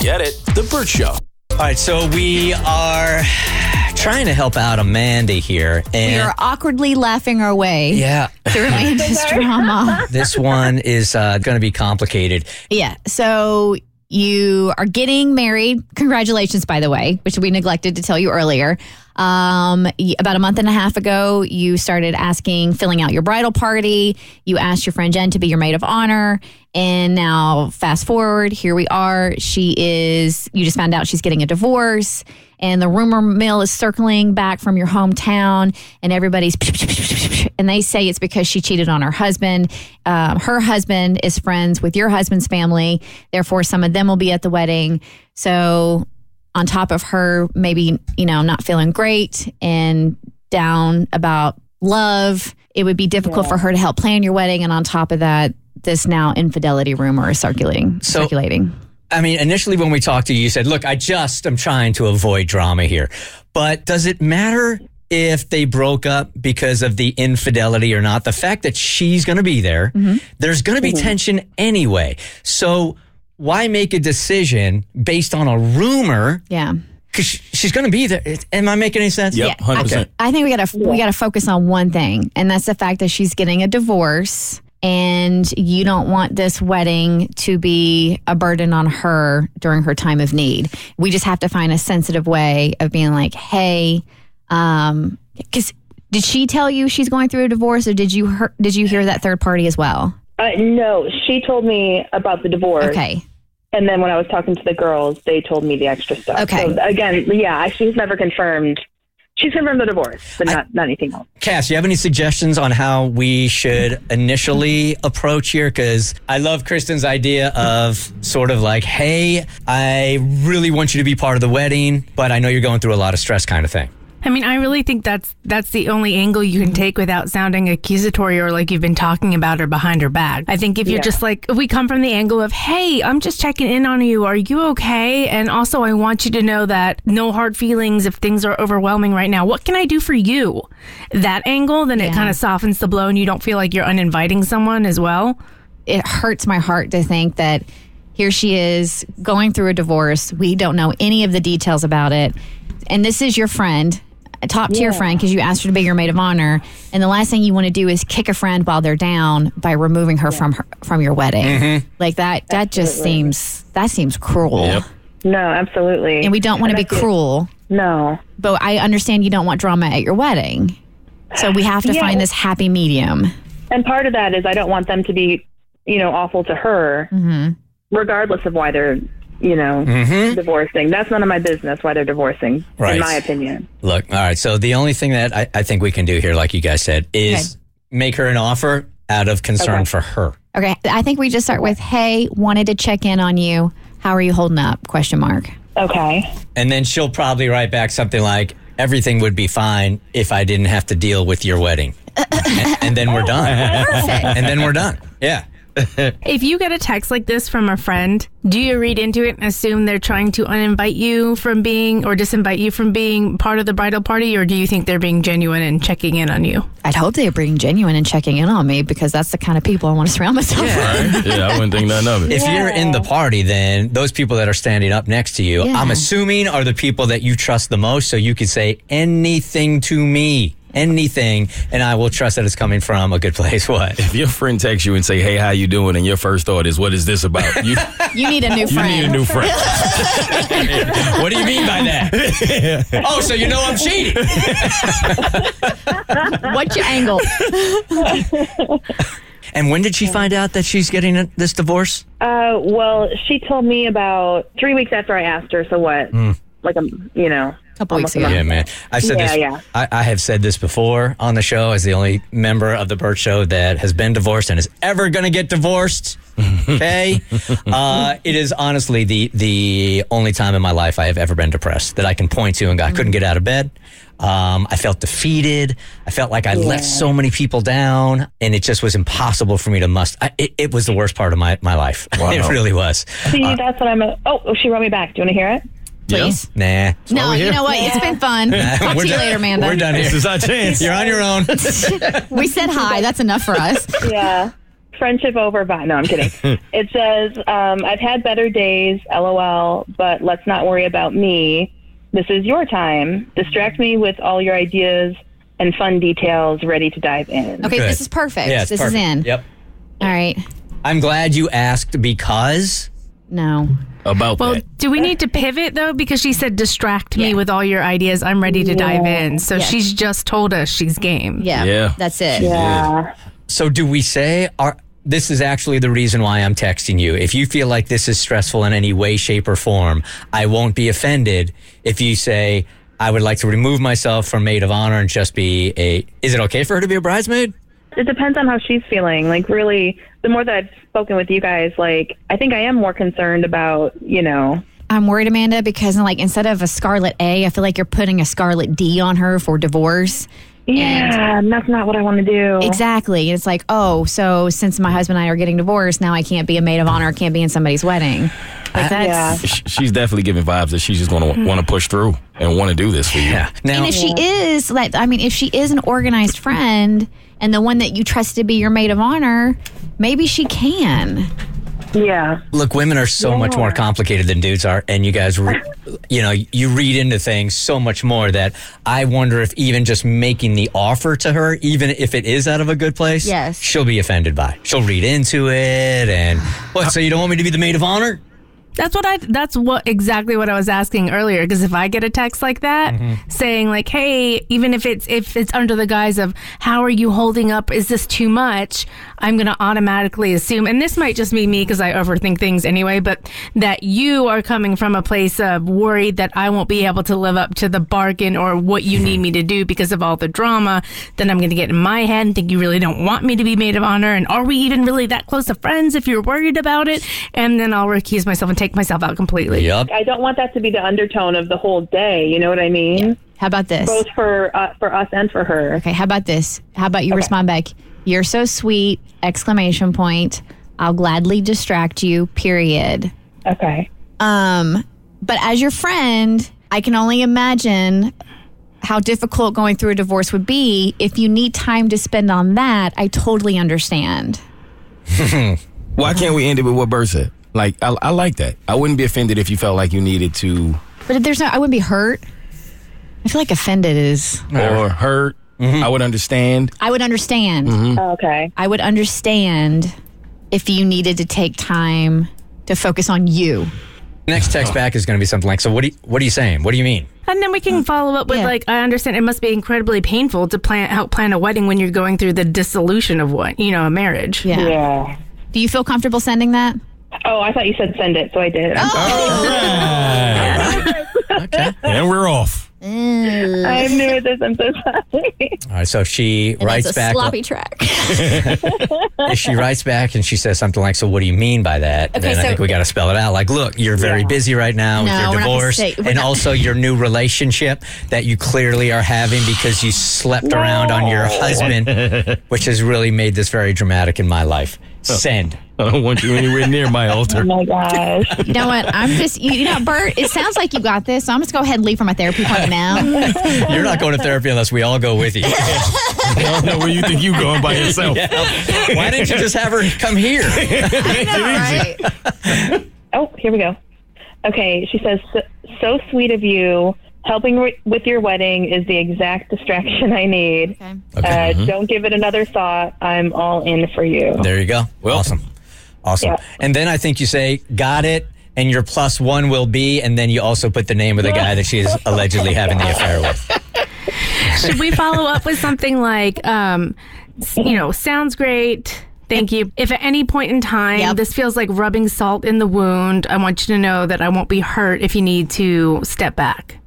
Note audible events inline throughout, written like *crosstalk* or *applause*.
Get it? The Burt Show. All right, so we are trying to help out Amanda here, We and are awkwardly laughing our way yeah, through Amanda's drama. this *laughs* one is uh, going to be complicated. Yeah. So you are getting married. Congratulations, by the way, which we neglected to tell you earlier. Um, y- about a month and a half ago, you started asking, filling out your bridal party. You asked your friend Jen to be your maid of honor. And now, fast forward, here we are. She is, you just found out she's getting a divorce. And the rumor mill is circling back from your hometown, and everybody's, *laughs* and they say it's because she cheated on her husband. Um, her husband is friends with your husband's family. Therefore, some of them will be at the wedding. So, on top of her, maybe, you know, not feeling great and down about love, it would be difficult for her to help plan your wedding. And on top of that, this now infidelity rumor is circulating. So- circulating. I mean, initially when we talked to you, you said, "Look, I just am trying to avoid drama here," but does it matter? If they broke up because of the infidelity or not, the fact that she's going to be there, Mm-hmm. there's going to be tension anyway. So, why make a decision based on a rumor Yeah. Because she's going to be there. It- Am I making any sense? Yep, Yeah, 100%. I think we gotta we gotta focus on one thing, and that's the fact that she's getting a divorce, and you don't want this wedding to be a burden on her during her time of need. We just have to find a sensitive way of being like, hey, um, because did she tell you she's going through a divorce, or did you hear, did you hear that third party as well? Uh, no, she told me about the divorce. Okay, And then when I was talking to the girls, they told me the extra stuff. Okay. So, again, yeah, I- she's never confirmed. She's confirmed the divorce, but not, not anything else. Cass, you have any suggestions on how we should initially approach here? Because I love Kristen's idea of sort of like, hey, I really want you to be part of the wedding, but I know you're going through a lot of stress kind of thing. I mean, I really think that's that's the only angle you can take without sounding accusatory or like you've been talking about her behind her back. I think if you're just like if we come from the angle of, "Hey, I'm just checking in on you. Are you okay?" and also I want you to know that no hard feelings if things are overwhelming right now. What can I do for you? That angle, then it Yeah. kind of softens the blow and you don't feel like you're uninviting someone as well. it hurts my heart to think that here she is going through a divorce. We don't know any of the details about it. And this is your friend, a top tier friend, because you asked her to be your maid of honor. And the last thing you want to do is kick a friend while they're down by removing her from her, from your wedding. Like that, that just seems that seems cruel. No, absolutely. And we don't want to be that's it. cruel, No. but I understand you don't want drama at your wedding. So we have to Yeah. find this happy medium. And part of that is I don't want them to be, you know, awful to her, Mm-hmm. regardless of why they're, you know, divorcing. That's none of my business why they're divorcing, Right. in my opinion. Look, all right. So the only thing that I, I think we can do here, like you guys said, is make her an offer out of concern for her. Okay, I think we just start with, "Hey, wanted to check in on you. How are you holding up?" Question mark. Okay. And then she'll probably write back something like, everything would be fine if I didn't have to deal with your wedding. and, and then we're done. And then we're done. Yeah. If you get a text like this from a friend, do you read into it and assume they're trying to uninvite you from being or disinvite you from being part of the bridal party, or do you think they're being genuine and checking in on you? I'd hope they're being genuine and checking in on me because that's the kind of people I want to surround myself with. Right? yeah, I wouldn't think nothing of it. If you're in the party, then those people that are standing up next to you, Yeah. I'm assuming are the people that you trust the most. So you could say anything to me, anything, and I will trust that it's coming from a good place. *laughs* What? If your friend texts you and say, "Hey, how you doing?" and your first thought is, "What is this about?" You, You need a new you friend. need a new friend. *laughs* what do you mean by that? oh, so you know I'm cheating. What's *laughs* your angle? And when did she find out that she's getting a- this divorce? Uh, well, she told me about three weeks after I asked her. So what? Like I'm, you know, Couple weeks almost a ago. month. Yeah, man. I've said Yeah, this. yeah. I, I have said this before on the show as the only member of the Burt Show that has been divorced and is ever going to get divorced. Okay, uh, it is honestly the the only time in my life I have ever been depressed that I can point to and go, I couldn't get out of bed. Um, I felt defeated. I felt like I let so many people down, and it just was impossible for me to must. I, it, it was the worst part of my my life. *laughs* it really was. See, that's what I'm. Oh, oh, she wrote me back. Do you want to hear it? Please. Nah, No, you know what? It's *laughs* been fun. Talk to you later, Amanda. We're done here. *laughs* This is our chance. You're on your own. *laughs* We said hi. That's enough for us. Yeah. friendship over Vi. No, I'm kidding. it says, um, I've had better days, lol, but let's not worry about me. This is your time. Distract me with all your ideas and fun details ready to dive in. Okay, Good. this is perfect. Yeah, it's this perfect. is in. Yep. All right. I'm glad you asked because No. about Well, that. do we need to pivot though? Because she said, distract me Yeah. with all your ideas. I'm ready to dive in. So Yes. she's just told us she's game. Yeah. Yeah. That's it. Yeah. So do we say are this is actually the reason why I'm texting you. If you feel like this is stressful in any way, shape, or form, I won't be offended if you say, I would like to remove myself from maid of honor and just be a is it okay for her to be a bridesmaid? It depends on how she's feeling. Like, really, the more that I've spoken with you guys, like, I think I am more concerned about, you know, I'm worried, Amanda, because like instead of a scarlet A, I feel like you're putting a scarlet D on her for divorce. yeah, that's not what I want to do. Exactly. And it's like, oh, so since my husband and I are getting divorced, now I can't be a maid of honor, can't be in somebody's wedding. Like that's Yeah. Sh- She's definitely giving vibes that she's just going to want to push through and want to do this for you. Now And if she is, like, I mean, if she is an organized friend and the one that you trust to be your maid of honor, maybe she can. Yeah. look, women are so much more complicated than dudes are, and you guys, re- you know, you read into things so much more that I wonder if even just making the offer to her, even if it is out of a good place, Yes. she'll be offended by. She'll read into it, and what? So you don't want me to be the maid of honor? That's what I. That's what exactly what I was asking earlier. Because if I get a text like that saying like, "Hey," even if it's if it's under the guise of "How are you holding up? Is this too much?" I'm gonna automatically assume, and this might just be me because I overthink things anyway. But that you are coming from a place of worried that I won't be able to live up to the bargain or what you need me to do because of all the drama. Then I'm gonna get in my head and think you really don't want me to be maid of honor. And are we even really that close to friends if you're worried about it? And then I'll recuse myself and take myself out completely. Yup. I don't want that to be the undertone of the whole day. You know what I mean? How about this? Both for uh, for us and for her. Okay, how about this? How about you respond back? You're so sweet! Exclamation point. I'll gladly distract you. Period. Okay. Um, but as your friend, I can only imagine how difficult going through a divorce would be. If you need time to spend on that, I totally understand. Why can't we end it with what Bird said? Like, I, I like that. I wouldn't be offended if you felt like you needed to But if there's no, I wouldn't be hurt. I feel like offended is. or hurt. I would understand. I would understand. Mm-hmm. Okay. I would understand if you needed to take time to focus on you. Next text back is going to be something like, "So what? Do you, what are you saying? What do you *laughs* mean?" And then we can follow up with Yeah. like, I understand it must be incredibly painful to plan help plan a wedding when you're going through the dissolution of one, you know, a marriage. Yeah. Yeah. Do you feel comfortable sending that? Oh, I thought you said send it, so I did. I'm, And we're off. I'm new at this. I'm so sorry. All right. So if she writes it's a back. sloppy track. if she writes back and she says something like, "So what do you mean by that?" then I so- think we got to spell it out. Like, look, you're very busy right now No, with we're your not gonna divorce, say- we're and not- also your new relationship that you clearly are having because you slept around on your husband, which has really made this very dramatic in my life. Send. I don't want you anywhere near my altar. Oh *laughs* my gosh. You know what? I'm just, you, you know, Bert, it sounds like you got this, so I'm just going to go ahead and leave for my therapy appointment now. You're not going to therapy unless we all go *laughs* with you. *laughs* I don't know where you think you going by yourself. Why didn't you just have her come here? All right. Oh, here we go. Okay, she says, "So- "So sweet of you. Helping wi- with your wedding is the exact distraction I need. Okay. Uh, Don't give it another thought. I'm all in for you." There you go. awesome. Awesome. Yeah. And then I think you say, got it. And your plus one will be, and then you also put the name of the guy that she is allegedly having the affair with. Should we follow up with something like, um, s- you know, sounds great. Thank you. If at any point in time Yep. this feels like rubbing salt in the wound, I want you to know that I won't be hurt if you need to step back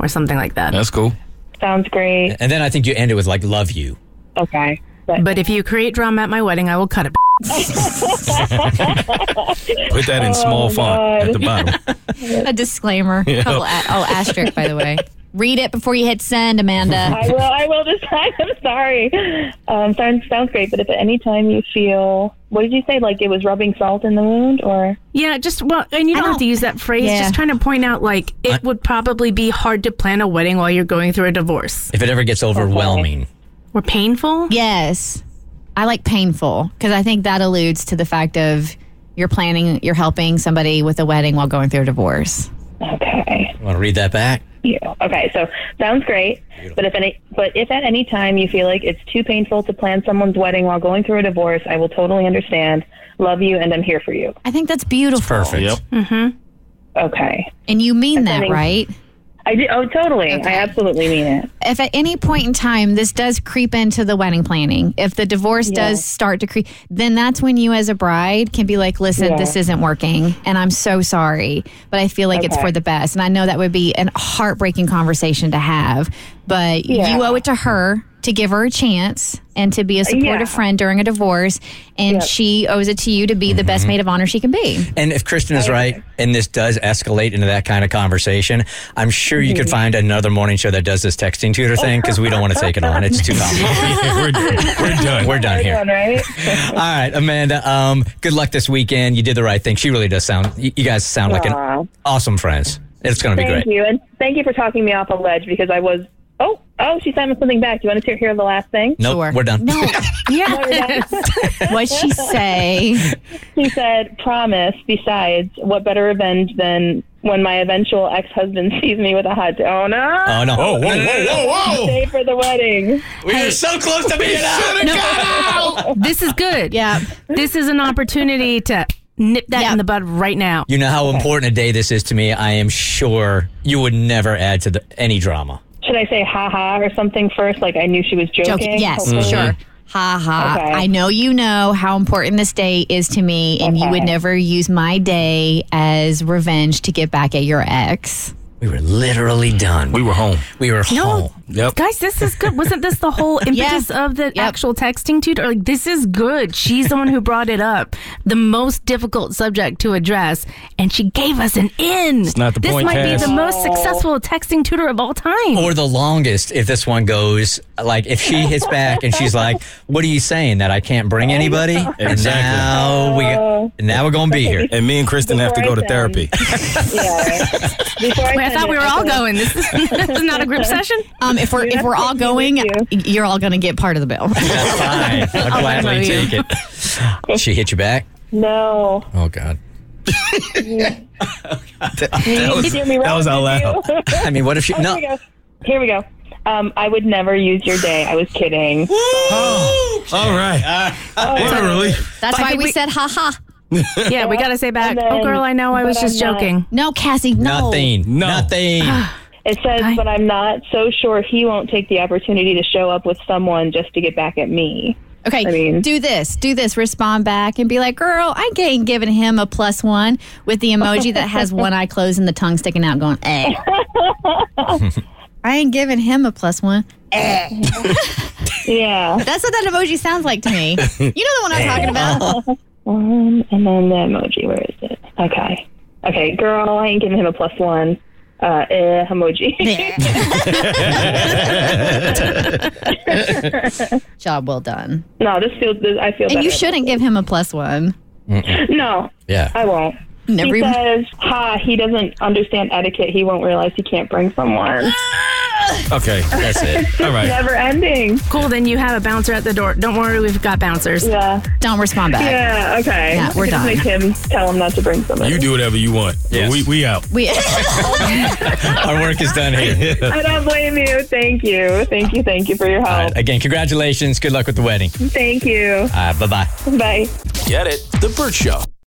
or something like that. That's cool. Sounds great. And then I think you end it with like, love you. Okay. But, But if you create drama at my wedding, I will cut it. Put that in small font at the bottom. *laughs* A disclaimer. Couple a- oh, asterisk, by the way. Read it before you hit send, Amanda. *laughs* I will. I will this time. *laughs* I'm sorry. Um, sounds sounds great. But if at any time you feel, what did you say? Like it was rubbing salt in the wound, or Yeah, just well, and you don't, have don't- to use that phrase. Yeah. Just trying to point out, like, it would probably be hard to plan a wedding while you're going through a divorce If it ever gets overwhelming. or painful. Yes. I like painful because I think that alludes to the fact of you're planning, you're helping somebody with a wedding while going through a divorce. Okay. Want to read that back? You. Okay, so sounds great. But if any, but if at any time you feel like it's too painful to plan someone's wedding while going through a divorce, I will totally understand. Love you, and I'm here for you. I think that's beautiful. Perfect. Yep. Okay. And you mean that, That's amazing. right? I do. Oh, totally. Okay. I absolutely mean it. If at any point in time this does creep into the wedding planning, if the divorce Yeah. does start to creep, then that's when you as a bride can be like, listen, Yeah. this isn't working and I'm so sorry, but I feel like it's Okay. for the best. And I know that would be an heartbreaking conversation to have, but Yeah. you owe it to her to give her a chance and to be a supportive Yeah. friend during a divorce. And Yep. she owes it to you to be the Mm-hmm. best maid of honor she can be. And if Kristen is right, and this does escalate into that kind of conversation, I'm sure you could find another morning show that does this texting tutor thing because we don't want to take it on. It's too complicated. we're, we're done. We're done *laughs* here. *laughs* Done, right? *laughs* All right, Amanda. Um, good luck this weekend. You did the right thing. She really does sound. You you guys sound like Aw. an awesome friends. It's going to be thank great. you, and thank you for talking me off a ledge because I was. Oh, oh, she sent me something back. You want to hear the last thing? Nope, Sure. Oh, we're done. *laughs* No, Yeah. what'd *laughs* she say? He said, "Promise." Besides, what better revenge than when my eventual ex-husband *laughs* sees me with a hot? Oh no! Oh no! Oh, whoa, No, no, no, whoa, no. whoa, whoa! Stay for the wedding. We were so close to being out. this is good. Yeah. This is an opportunity to nip that Yeah. in the bud right now. You know how important a day this is to me. I am sure you would never add to the, any drama. Should I say "ha ha" or something first? Like I knew she was joking. joking. Yes, Hopefully. sure. Ha ha. Okay. I know you know how important this day is to me, and you would Okay. never use my day as revenge to get back at your ex. We were literally done. We We, were home. we were No. home. Oh, Yep. Guys, this is good. Wasn't this the *laughs* whole impetus of the actual texting tutor? Like, this is good. She's the one who brought it up. The most difficult subject to address, and she gave us an in. It's not the this point, might Cass. be the most successful texting tutor of all time. Or the longest if this one goes like if she hits back and she's like, "What are you saying that I can't bring anybody?" And Exactly. now we and now we're gonna be *laughs* here. And me and Kristen have to go to Before I therapy. *laughs* Yeah. Before I, Wait, I send thought we it, were I all can- going. This is, *laughs* this is not a group session. Um, if we're if we're all going, you're all going to get part of the *laughs* bill. That's fine. I'll gladly you. take it. she hit you back. *laughs* No. Oh God. That was, Hear me that was out right? loud. I mean, what if she? *laughs* Here No. we go. Here we go. Um, I would never use your day. I was kidding. All right. What a relief. That's But I why think we we- said ha ha. Yeah, we got to say back. And then- oh, girl, I know I was but just I'm not- joking. No, Cassie, no. Nothing. No. Nothing. It says, I- but I'm not so sure he won't take the opportunity to show up with someone just to get back at me. Okay, I mean- do this, do this. Respond back and be like, "Girl, I ain't giving him a plus one with the emoji that has one eye closed and the tongue sticking out, going *laughs* eh." *laughs* I ain't giving him a plus one. Yeah. That's what that emoji sounds like to me. You know the one I'm talking about. Um, and then the emoji. Where is it? Okay. Okay, girl, I ain't giving him a plus one. Uh, eh, *laughs* emoji. Job well done. no, this feels. This, I feel. And you better. shouldn't give him a plus one. No, Yeah. I won't. Never He even. says, "Ha! He doesn't understand etiquette. He won't realize he can't bring someone." Ah! Okay. That's it. *laughs* All right. Never ending. Cool, then you have a bouncer at the door. Don't worry, we've got bouncers. Yeah. Don't respond back. Yeah. Okay. Yeah, we're Just done. Make him tell him not to bring someone. You do whatever you want. Yes. We, we out. We, Our work is done here. I don't blame you. Thank you. Thank you. Thank you for your *laughs* help. All right. Again, congratulations. Good luck with the wedding. Thank you. Uh, bye bye. Bye. Get it. The Burt Show.